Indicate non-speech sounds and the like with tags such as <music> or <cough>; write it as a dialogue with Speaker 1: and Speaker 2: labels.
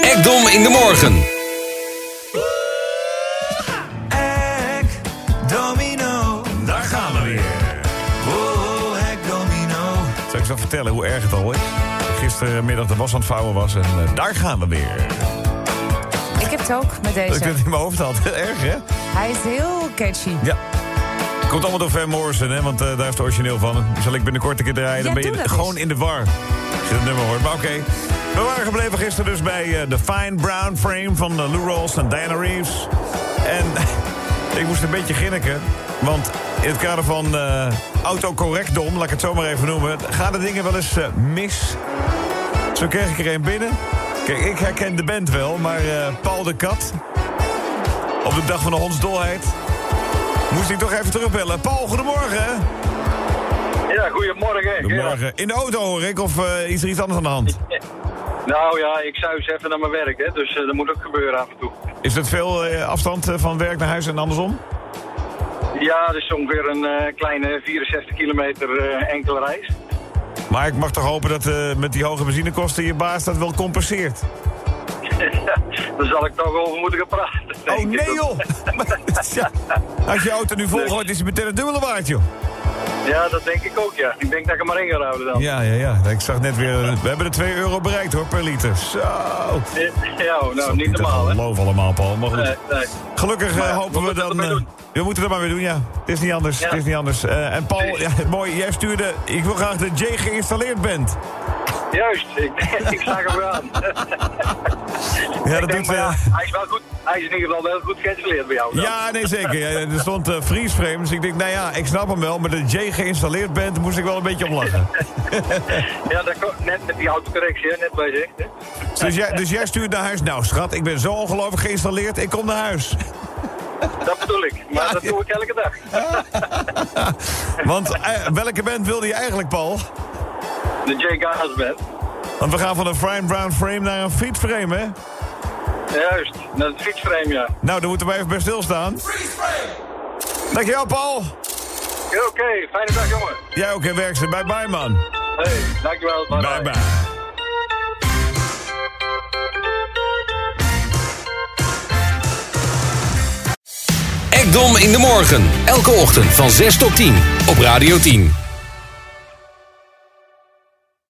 Speaker 1: Ekdom in de morgen.
Speaker 2: Ek Domino.
Speaker 3: Daar gaan we weer.
Speaker 2: Oh, Ek Domino.
Speaker 3: Zal ik zo vertellen hoe erg het al is? Gistermiddag de was aan het vouwen was en eh, daar gaan we weer.
Speaker 4: Ik heb het ook
Speaker 3: Dat
Speaker 4: met
Speaker 3: Oh, ik
Speaker 4: deze.
Speaker 3: dit in mijn hoofd had. <laughs> Erg, hè?
Speaker 4: Hij is heel catchy.
Speaker 3: Ja. Komt allemaal door Van Morrison, hè? Want eh, daar is het origineel van. Zal ik binnenkort een keer draaien, dan
Speaker 4: Ja,
Speaker 3: ben je
Speaker 4: doe
Speaker 3: de-
Speaker 4: dat
Speaker 3: gewoon
Speaker 4: eens.
Speaker 3: in de war. Als je dat nummer hoort, maar oké. We waren gebleven gisteren dus bij eh, de Fine Brown Frame van eh, Lou Rawls en Diana Reeves. En <laughs> ik moest een beetje ginniken, want in het kader van eh autocorrectdom, laat ik het zo maar even noemen, gaan de dingen wel eens eh, mis. Zo kreeg ik er een binnen. Kijk, ik herken de band wel, maar eh, Paul de Kat, op de dag van de hondsdolheid, moest ik toch even terugbellen. Paul, goedemorgen.
Speaker 5: Ja, goedemorgen. Gerard.
Speaker 3: Goedemorgen. In de auto hoor ik, of eh, is er iets anders aan de hand?
Speaker 5: Nou ja, ik zou eens even naar mijn werk, hè, dus eh, dat moet ook gebeuren af en toe.
Speaker 3: Is het veel eh, afstand eh, van werk naar huis en andersom?
Speaker 5: Ja, dat is ongeveer een eh, kleine 64 kilometer eh, enkele reis. <laughs>
Speaker 3: Maar ik mag toch hopen dat eh, met die hoge benzinekosten je baas dat wel compenseert.
Speaker 5: Daar zal ik toch over moeten gaan praten.
Speaker 3: Oh
Speaker 5: denk ik.
Speaker 3: nee joh! <laughs> Ja. Als je auto nu volgooit is het meteen een dubbele waard joh.
Speaker 5: Ja, dat denk ik ook, ja. Ik denk dat ik hem maar in ga houden dan.
Speaker 3: Ja, ja, ja. Ik zag net weer, eh, we hebben de 2 euro bereikt hoor per liter. Zo!
Speaker 5: Ja, oh,
Speaker 3: Dat
Speaker 5: nou,
Speaker 3: is
Speaker 5: niet normaal, hè.
Speaker 3: geloof allemaal Paul, maar goed.
Speaker 5: Nee, nee.
Speaker 3: Gelukkig eh,
Speaker 5: Maar ja, we
Speaker 3: hopen we,
Speaker 5: moeten
Speaker 3: dan...
Speaker 5: het maar
Speaker 3: eh,
Speaker 5: doen.
Speaker 3: we moeten het maar weer doen, ja. Het is niet anders,
Speaker 5: Ja.
Speaker 3: het is niet anders. Eh, en Paul, ja,
Speaker 5: Precies.
Speaker 3: mooi, jij stuurde... Ik wil graag dat Jay geïnstalleerd bent.
Speaker 5: Juist, <laughs> ik, ik zag hem weer aan.
Speaker 3: Ja,
Speaker 5: <laughs> Ik
Speaker 3: dat
Speaker 5: denk,
Speaker 3: doet...
Speaker 5: maar ja,
Speaker 3: eh,
Speaker 5: hij is wel goed. Hij is in ieder geval wel goed geïnstalleerd bij jou. dan.
Speaker 3: ja, nee, zeker. Ja, er stond eh freeze frame, dus ik denk, nou ja, ik snap hem wel. Maar dat Jay geïnstalleerd bent, moest ik wel een beetje om lachen.
Speaker 5: ja dat klopt. Net met die autocorrectie, hè, net bij zegt. hè.
Speaker 3: dus, jij, dus jij stuurt naar huis. Nou, schat, ik ben zo ongelooflijk geïnstalleerd, ik kom naar huis.
Speaker 5: Dat bedoel ik. Maar dat doe ik elke dag.
Speaker 3: Want eh, welke band wilde je eigenlijk, Paul?
Speaker 5: De Jake Gaas bent.
Speaker 3: Want we gaan van een fine brown frame naar een feed frame, hè?
Speaker 5: Juist, naar het fietsframe, ja.
Speaker 3: Nou, daar moeten we even bij stilstaan. Dankjewel, Paul.
Speaker 5: Oké, fijne dag, jongen.
Speaker 3: Jij ook in werkzaam. Bye bye, man.
Speaker 5: Hey, dankjewel. Bye bye.
Speaker 1: Ekdom in de morgen. Elke ochtend van 6 tot 10 op Radio 10.